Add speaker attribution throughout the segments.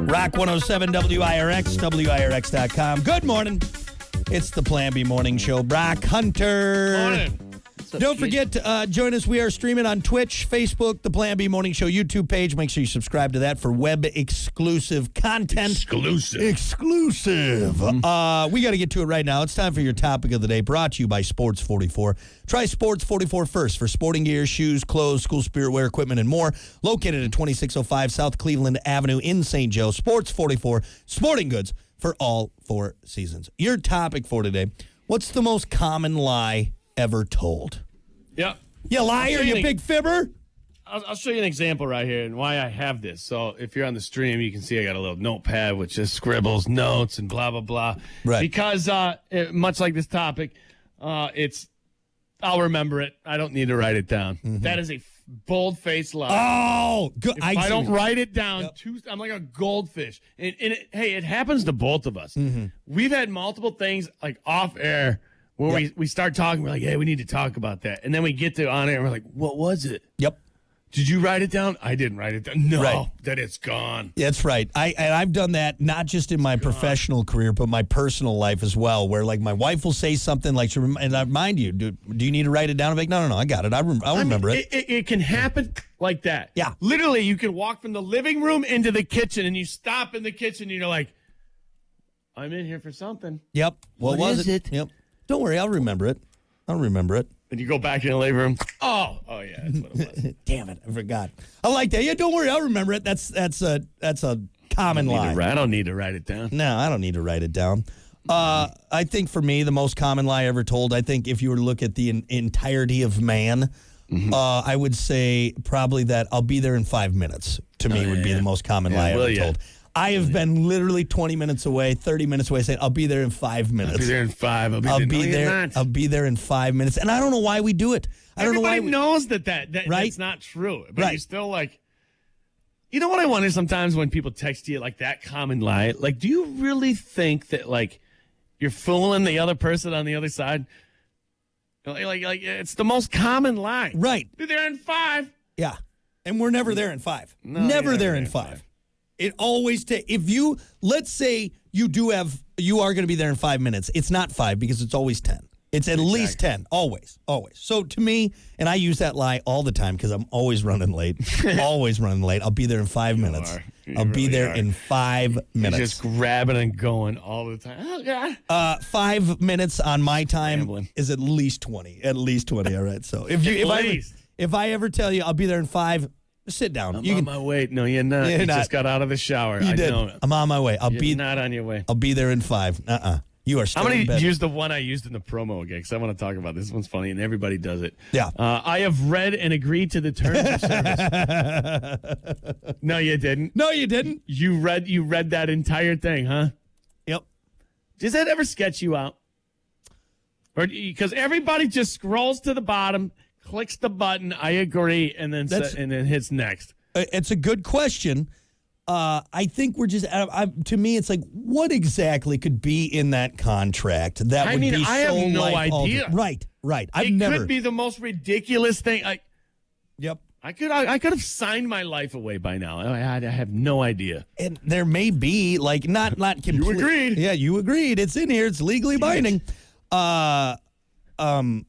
Speaker 1: Rock 107 WIRX, WIRX.com. Good morning. It's the Plan B Morning Show. Brock Hunter. Don't forget to uh, join us. We are streaming on Twitch, Facebook, the Plan B Morning Show YouTube page. Make sure you subscribe to that for web exclusive content.
Speaker 2: Exclusive.
Speaker 1: Exclusive. Uh, we got to get to it right now. It's time for your topic of the day, brought to you by Sports 44. Try Sports 44 first for sporting gear, shoes, clothes, school spirit wear, equipment, and more. Located at 2605 South Cleveland Avenue in St. Joe. Sports 44, sporting goods for all four seasons. Your topic for today what's the most common lie ever told?
Speaker 2: Yeah.
Speaker 1: You liar, you big fibber.
Speaker 2: I'll, I'll show you an example right here and why I have this. So if you're on the stream, you can see I got a little notepad which just scribbles notes and blah blah blah.
Speaker 1: Right.
Speaker 2: Because uh, it- much like this topic, uh, it's I'll remember it. I don't need to write it down. That is a bold faced lie.
Speaker 1: Oh, good.
Speaker 2: if I, don't write it down,
Speaker 1: Yep.
Speaker 2: two, I'm like a goldfish. And, and it, hey, it happens to both of us.
Speaker 1: Mm-hmm.
Speaker 2: We've had multiple things like off air where we, we start talking. We're like, hey, we need to talk about that. And then we get to on air and we're like, what was it?
Speaker 1: Yep.
Speaker 2: Did you write it down? I didn't write it down. No,
Speaker 1: Right.
Speaker 2: that it's gone.
Speaker 1: That's right. I and I've done that not just in my professional career, but my personal life as well. Where like my wife will say something like, she rem- and I remind you, do, do you need to write it down? I'm like, no, no, no, I got it. I rem- I'll remember it.
Speaker 2: It, it can happen like that.
Speaker 1: Yeah.
Speaker 2: Literally, you can walk from the living room into the kitchen and you stop in the kitchen and you're like, I'm in here for something.
Speaker 1: Yep. What,
Speaker 2: What
Speaker 1: was
Speaker 2: is it?
Speaker 1: Yep. Don't worry, I'll remember it. I'll remember it.
Speaker 2: And you go back in the living room. Oh, oh yeah, that's what it was.
Speaker 1: Damn it, I forgot. I like that. Yeah, don't worry, I'll remember it. That's that's a that's a common
Speaker 2: Need to
Speaker 1: lie.
Speaker 2: write- I don't need to write it down.
Speaker 1: No, I don't need to write it down. Uh, I think for me, the most common lie ever told, I think if you were to look at the en- entirety of man,
Speaker 2: Mm-hmm.
Speaker 1: uh, I would say probably that I'll be there in five minutes to me would be the most common
Speaker 2: Oh, Yeah,
Speaker 1: lie
Speaker 2: will
Speaker 1: ever
Speaker 2: ya?
Speaker 1: told. I have been literally 20 minutes away, 30 minutes away saying, I'll be there in five minutes.
Speaker 2: I'll be there in five. I'll be
Speaker 1: I'll
Speaker 2: there.
Speaker 1: be
Speaker 2: No, you're
Speaker 1: there,
Speaker 2: not.
Speaker 1: I'll be there in five minutes. And I don't know why we do it. I don't know why.
Speaker 2: Everybody
Speaker 1: we-
Speaker 2: knows that that, that
Speaker 1: Right?
Speaker 2: that's not true. But
Speaker 1: Right.
Speaker 2: you still like. You know what I wonder sometimes when people text you like that common lie. Like, do you really think that like you're fooling the other person on the other side? Like, like, like, it's the most common lie.
Speaker 1: Right.
Speaker 2: Be there in five.
Speaker 1: Yeah. And we're never there in five.
Speaker 2: you're
Speaker 1: never
Speaker 2: never
Speaker 1: there
Speaker 2: there
Speaker 1: in
Speaker 2: in
Speaker 1: five. It always takes, if you, let's say you do have, you are going to be there in five minutes. It's not five because it's always 10. It's at least 10, always, always. So to me, and I use that lie all the time because I'm always running late, always running late. I'll be there in five minutes.
Speaker 2: are. You
Speaker 1: I'll be
Speaker 2: really
Speaker 1: there
Speaker 2: are.
Speaker 1: in five
Speaker 2: You're
Speaker 1: minutes.
Speaker 2: just grabbing and going all the time. Oh God.
Speaker 1: uh, five minutes on my time
Speaker 2: Rambling.
Speaker 1: is at least 20. At least 20. All right. So if you,
Speaker 2: At
Speaker 1: if I, ever-
Speaker 2: least.
Speaker 1: if I ever tell you I'll be there in five, sit down.
Speaker 2: I'm
Speaker 1: you
Speaker 2: on
Speaker 1: can
Speaker 2: my way. No, you're not.
Speaker 1: You're
Speaker 2: you
Speaker 1: not.
Speaker 2: just got out of the shower.
Speaker 1: You
Speaker 2: I
Speaker 1: did.
Speaker 2: know.
Speaker 1: I'm on my way. I'll
Speaker 2: You're
Speaker 1: be
Speaker 2: not on your way.
Speaker 1: I'll be there in five. Uh uh You are still
Speaker 2: I'm
Speaker 1: in
Speaker 2: going to
Speaker 1: bed.
Speaker 2: use the one I used in the promo again because I want to talk about this. this one's funny and everybody does it.
Speaker 1: Yeah.
Speaker 2: Uh, I have read and agreed to the terms of service. no, you didn't.
Speaker 1: no, you didn't.
Speaker 2: You read you read that entire thing, huh?
Speaker 1: Yep.
Speaker 2: Does that ever sketch you out? Or because everybody just scrolls to the bottom, clicks the button, I agree, and then
Speaker 1: That's-
Speaker 2: sa- and then hits next.
Speaker 1: Uh, It's a good question. Uh, I think we're just. I, I, to me, it's like, what exactly could be in that contract that
Speaker 2: I
Speaker 1: would
Speaker 2: mean,
Speaker 1: be
Speaker 2: I have
Speaker 1: so
Speaker 2: no
Speaker 1: life
Speaker 2: idea.
Speaker 1: alter- Right, right. I've
Speaker 2: it
Speaker 1: never.
Speaker 2: could be the most ridiculous thing. I
Speaker 1: Yep.
Speaker 2: I could I, I could have signed my life away by now. I, I, I have no idea.
Speaker 1: And there may be like not not complete.
Speaker 2: agreed.
Speaker 1: Yeah, you agreed. It's in here. It's legally binding. Uh, um,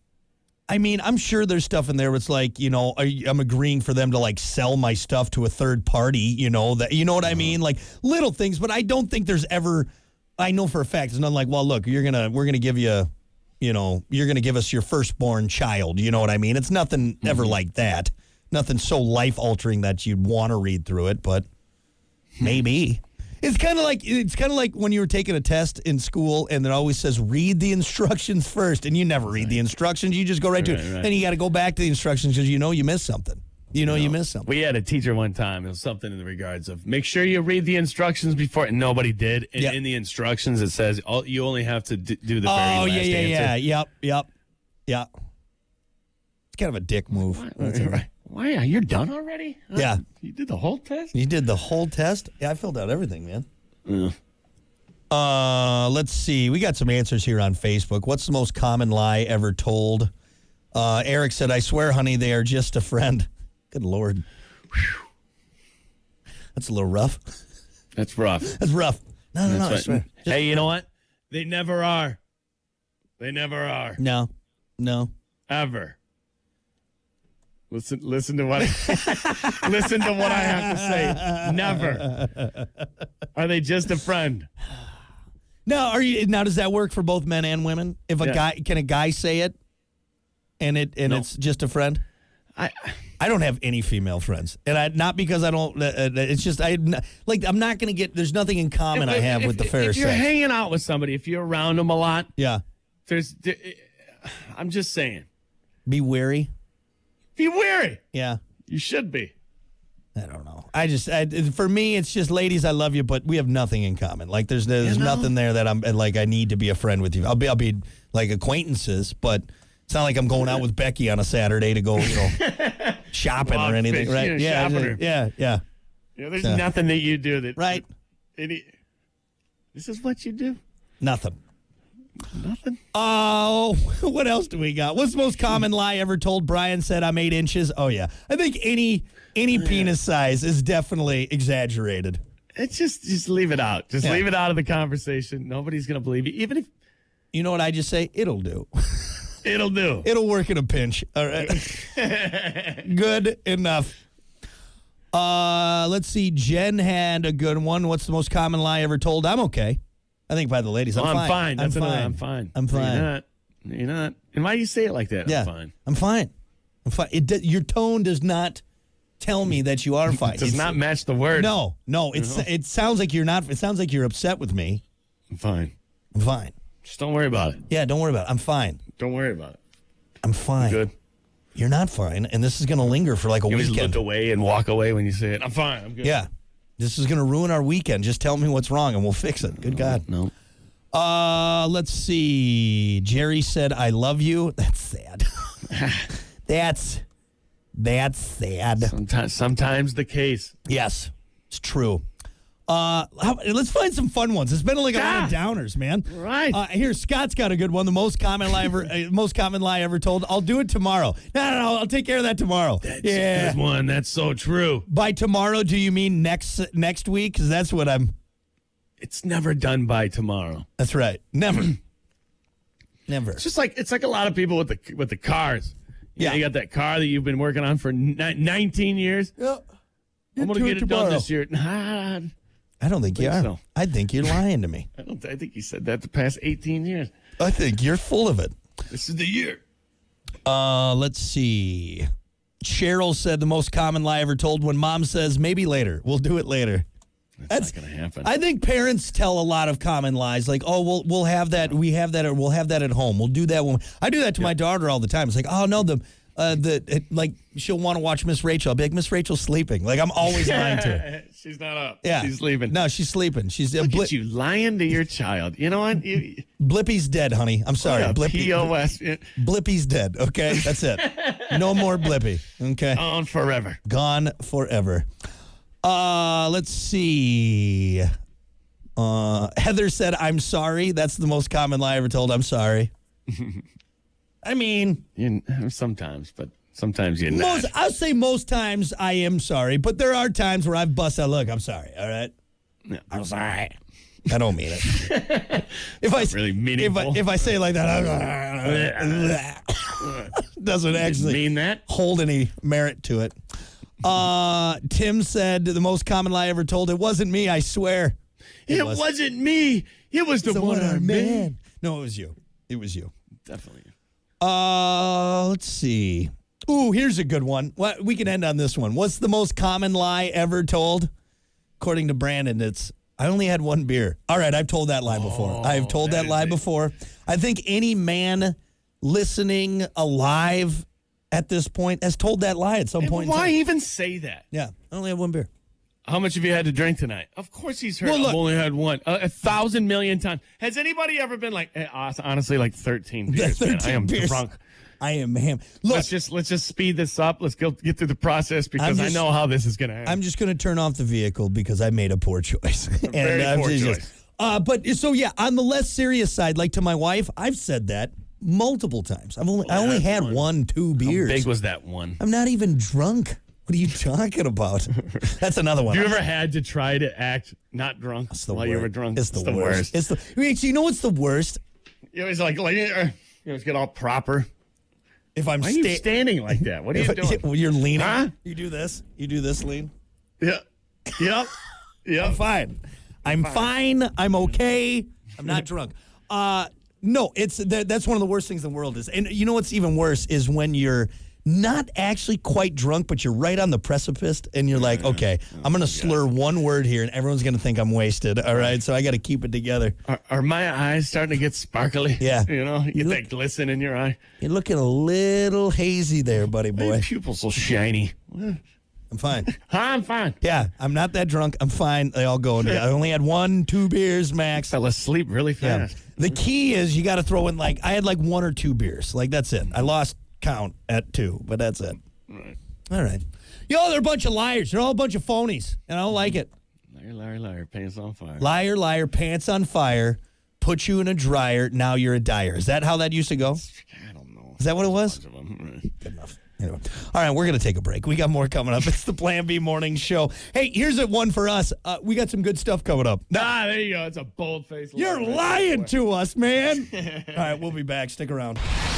Speaker 1: I mean, I'm sure there's stuff in there. Where it's like you know, are you- I'm agreeing for them to like sell my stuff to a third party. You know that you know what I mean? Like little things, but I don't think there's ever. I know for a fact it's not like well, look, you're gonna we're gonna give you. You know, you're going to give us your firstborn child. You know what I mean? It's nothing ever like that. Nothing so life altering that you'd want to read through it, but Maybe. It's kind of like it's kind of like when you were taking a test in school, and it always says read the instructions first, and you never read the instructions. You just go right to it.
Speaker 2: Right, right.
Speaker 1: Then you got to go back to the instructions because you know you missed something. You know you missed something.
Speaker 2: We had a teacher one time. It was something in the regards of make sure you read the instructions before, and nobody did. And
Speaker 1: Yeah.
Speaker 2: in the instructions, it says all, you only have to d- do the very
Speaker 1: Oh
Speaker 2: last
Speaker 1: yeah, yeah, yeah,
Speaker 2: answer.
Speaker 1: yep, yep, yep. It's kind of a dick move. That's all right.
Speaker 2: Why are you done already? Huh?
Speaker 1: Yeah.
Speaker 2: you did the whole test.
Speaker 1: You did the whole test? Yeah, I filled out everything, man. Uh, let's see. We got some answers here on Facebook. What's the most common lie ever told? Uh, Eric said, I swear, honey, they are just a friend. Good Lord. That's a little rough.
Speaker 2: That's rough.
Speaker 1: That's rough. No, no, no. I
Speaker 2: That's
Speaker 1: swear.
Speaker 2: what, hey, you know what? They never are. They never are.
Speaker 1: No, no.
Speaker 2: Ever. Listen listen to what I, listen to what I have to say. Never. Are they just a friend?
Speaker 1: Now, are you now? Does that work for both men and women? If a
Speaker 2: Yeah.
Speaker 1: guy can a guy say it, and it and
Speaker 2: No.
Speaker 1: it's just a friend.
Speaker 2: I
Speaker 1: I don't have any female friends, and I not because I don't. Uh, uh, it's just I like I'm not going to get. There's nothing in common I have
Speaker 2: if-
Speaker 1: with the
Speaker 2: if-
Speaker 1: fair
Speaker 2: If you're
Speaker 1: sex.
Speaker 2: hanging out with somebody, if you're around them a lot,
Speaker 1: yeah,
Speaker 2: there's there, I'm just saying.
Speaker 1: be wary.
Speaker 2: Be wary.
Speaker 1: Yeah,
Speaker 2: You should be.
Speaker 1: I don't know. I just I, for me, it's just ladies. I love you, but we have nothing in common. Like there's there's
Speaker 2: You know?
Speaker 1: nothing there that I'm and, like I need to be a friend with you. I'll be I'll be like acquaintances, but it's not like I'm going out with Becky on a Saturday to go you know shopping
Speaker 2: Log
Speaker 1: or anything,
Speaker 2: fish,
Speaker 1: right?
Speaker 2: yeah,
Speaker 1: yeah,
Speaker 2: shopping
Speaker 1: yeah,
Speaker 2: her.
Speaker 1: yeah, yeah,
Speaker 2: You know, there's
Speaker 1: Yeah.
Speaker 2: nothing that you do that
Speaker 1: right.
Speaker 2: Any, this is what you do.
Speaker 1: Nothing.
Speaker 2: Nothing.
Speaker 1: Oh, what else do we got? What's the most common lie ever told? Brian said I'm eight inches. Oh yeah, I think any any penis size is definitely exaggerated.
Speaker 2: It's just just leave it out. Just
Speaker 1: Yeah.
Speaker 2: leave it out of the conversation. Nobody's gonna believe you. Even if
Speaker 1: You know what I just say? It'll do.
Speaker 2: it'll do.
Speaker 1: It'll work in a pinch. All right. good enough. Uh, let's see. Jen had a good one. What's the most common lie ever told? I'm okay. I think by the ladies. I'm,
Speaker 2: Oh,
Speaker 1: fine.
Speaker 2: That's another- I'm fine.
Speaker 1: I'm
Speaker 2: No,
Speaker 1: fine.
Speaker 2: You're not. No, You're not. And why do you say it like that?
Speaker 1: Yeah.
Speaker 2: I'm fine.
Speaker 1: I'm fine. I'm fine. It, d- your tone does not tell me that you are fine.
Speaker 2: It does
Speaker 1: It's-
Speaker 2: not match the word.
Speaker 1: No, no. It's it sounds like you're not. It sounds like you're upset with me.
Speaker 2: I'm fine.
Speaker 1: I'm fine.
Speaker 2: Just don't worry about it.
Speaker 1: Yeah, don't worry about it. I'm fine.
Speaker 2: Don't worry about it.
Speaker 1: I'm fine.
Speaker 2: Good.
Speaker 1: You're not fine, and this is gonna linger for like a
Speaker 2: You always
Speaker 1: weekend.
Speaker 2: look away and walk away when you say it. I'm fine. I'm good.
Speaker 1: yeah, this is gonna ruin our weekend. Just tell me what's wrong, and we'll fix it. Good God.
Speaker 2: No.
Speaker 1: Uh, let's see. Jerry said, "I love you." That's sad. that's that's sad.
Speaker 2: Sometimes, sometimes the case.
Speaker 1: Yes, it's true. Uh, how, let's find some fun ones. It's been like a lot of
Speaker 2: Ah!
Speaker 1: downers, man.
Speaker 2: Right.
Speaker 1: Uh, here, Scott's got a good one. The most common lie ever, uh, most common lie ever told. I'll do it tomorrow. No, no, no. I'll take care of that tomorrow. Uh, yeah.
Speaker 2: There's one. That's so true.
Speaker 1: By tomorrow, do you mean next next week? Because that's what I'm.
Speaker 2: It's never done by tomorrow.
Speaker 1: That's right. Never. Never.
Speaker 2: It's just like it's like a lot of people with the with the cars. You know,
Speaker 1: Yeah.
Speaker 2: you got that car that you've been working on for ni- 19 years. I'm gonna
Speaker 1: do it
Speaker 2: get it
Speaker 1: tomorrow.
Speaker 2: done this year. Nah, I
Speaker 1: I don't think you
Speaker 2: Think
Speaker 1: are.
Speaker 2: so.
Speaker 1: I think you're lying to me.
Speaker 2: don't. I think he said that the past 18 years.
Speaker 1: I think you're full of it.
Speaker 2: This is the year.
Speaker 1: Uh, let's see. Cheryl said the most common lie ever told when mom says maybe later. We'll do it later.
Speaker 2: That's not gonna happen.
Speaker 1: I think parents tell a lot of common lies, like, "Oh, we'll we'll have that. We have that. Or we'll have that at home. We'll do that when I do that to my daughter all the time. It's like, oh no, the uh, the it, like she'll want to watch Miss Rachel. I'll be like, Miss Rachel's sleeping. Like I'm always lying to her.
Speaker 2: She's not up.
Speaker 1: Yeah,
Speaker 2: She's leaving.
Speaker 1: No, she's sleeping. She's uh,
Speaker 2: Look
Speaker 1: Bli-
Speaker 2: at you lying to your child. You know what? You,
Speaker 1: Blippy's dead, honey. I'm sorry.
Speaker 2: Oh, yeah,
Speaker 1: Blippy,
Speaker 2: POS yeah,
Speaker 1: Blippy's dead. Okay, that's it. no more Blippy. Okay.
Speaker 2: on forever.
Speaker 1: gone forever. Uh, let's see. Uh, Heather said, "I'm sorry." That's the most common lie ever told. I'm sorry. I mean,
Speaker 2: You, sometimes, but sometimes you're
Speaker 1: most
Speaker 2: not.
Speaker 1: I'll say most times I am sorry, but there are times where I've bust out. Look, I'm sorry. All right, I'm sorry. I don't mean it. if I s-
Speaker 2: really
Speaker 1: if I,
Speaker 2: meaningful.
Speaker 1: if I say it like that, I'm- doesn't actually
Speaker 2: mean that.
Speaker 1: hold any merit to it. Uh, Tim said the most common lie ever told. It wasn't me, I swear.
Speaker 2: It,
Speaker 1: was-
Speaker 2: was. not me. It was the,
Speaker 1: The
Speaker 2: one I
Speaker 1: one-armed
Speaker 2: made.
Speaker 1: No, it was you. It was you.
Speaker 2: Definitely.
Speaker 1: Uh, let's see. Ooh, here's a good one. What we can end on this one. What's the most common lie ever told? According to Brandon, it's I only had one beer. All right, I've told that lie before. I've told that,
Speaker 2: Oh, that is
Speaker 1: lie
Speaker 2: it.
Speaker 1: before. I think any man listening alive at this point has told that lie at some point. in
Speaker 2: Why
Speaker 1: time.
Speaker 2: even say that?
Speaker 1: Yeah, I only had one beer.
Speaker 2: How much have you had to drink tonight? Of course he's heard.
Speaker 1: Well, look-
Speaker 2: I've only had one. A, a thousand million times. Has anybody ever been like, eh, hon- honestly, like 13 beers, man.
Speaker 1: 13
Speaker 2: I am
Speaker 1: beers.
Speaker 2: drunk.
Speaker 1: I am ham. Look,
Speaker 2: Let's just let's just speed this up. Let's go get through the process because
Speaker 1: just-
Speaker 2: I know how this is going to end.
Speaker 1: I'm just going to turn off the vehicle because I made a poor choice. and
Speaker 2: Very
Speaker 1: I'm
Speaker 2: poor
Speaker 1: just-
Speaker 2: choice.
Speaker 1: Uh, but so yeah, on the less serious side, like to my wife, I've said that multiple times. I've only I only
Speaker 2: that's
Speaker 1: had
Speaker 2: one.
Speaker 1: one, two
Speaker 2: How
Speaker 1: beers.
Speaker 2: big was that one?
Speaker 1: I'm not even drunk. What are you talking about? That's another one.
Speaker 2: You ever had to try to act not drunk
Speaker 1: It's the
Speaker 2: while you
Speaker 1: worst.
Speaker 2: were drunk?
Speaker 1: It's the, worst. It's the. Wait, you know what's the worst?
Speaker 2: It was like, like uh, you know, get all proper.
Speaker 1: If I'm
Speaker 2: Why are you
Speaker 1: sta-
Speaker 2: standing like that? What are you
Speaker 1: if I-
Speaker 2: doing?
Speaker 1: well, you're leaning.
Speaker 2: Huh?
Speaker 1: You do this. You do this lean.
Speaker 2: Yeah. Yep. Yep.
Speaker 1: fine. I'm fine. I'm okay. I'm not drunk. Uh, no, it's that, that's one of the worst things in the world is, and you know what's even worse is when you're not actually quite drunk, but you're right on the precipice, and you're like, okay, I'm gonna slur one word here, and everyone's gonna think I'm wasted. All right, so I got to keep it together.
Speaker 2: Are, are my eyes starting to get sparkly?
Speaker 1: Yeah.
Speaker 2: You know, you get that glisten in your eye.
Speaker 1: You're looking a little hazy there, buddy
Speaker 2: My
Speaker 1: boy.
Speaker 2: pupils so shiny. Huh,
Speaker 1: I'm fine.
Speaker 2: I'm fine.
Speaker 1: Yeah, I'm not that drunk. I'm fine. They all go. into- I only had one, two beers max.
Speaker 2: I let sleep really
Speaker 1: Yeah.
Speaker 2: fast.
Speaker 1: The key is you got to throw in like I had like one or two beers. Like that's it. I lost count at two, but that's it. All right. Yo, they're a bunch of liars. They're all a bunch of phonies, and I don't like it.
Speaker 2: Liar, liar, liar. Pants on fire.
Speaker 1: Liar, liar, pants on fire. Put you in a dryer. Now you're a dyer. Is that how that used to go?
Speaker 2: I don't know.
Speaker 1: Is that what it was?
Speaker 2: Bunch of 'em.
Speaker 1: Anyway. All right, we're going to take a break. We got more coming up. It's the Plan B Morning Show. Hey, here's a one for us. Uh, we got some good stuff coming up.
Speaker 2: Ah, there you go. It's a bold face.
Speaker 1: You're lying to us, man. All right, we'll be back. Stick around.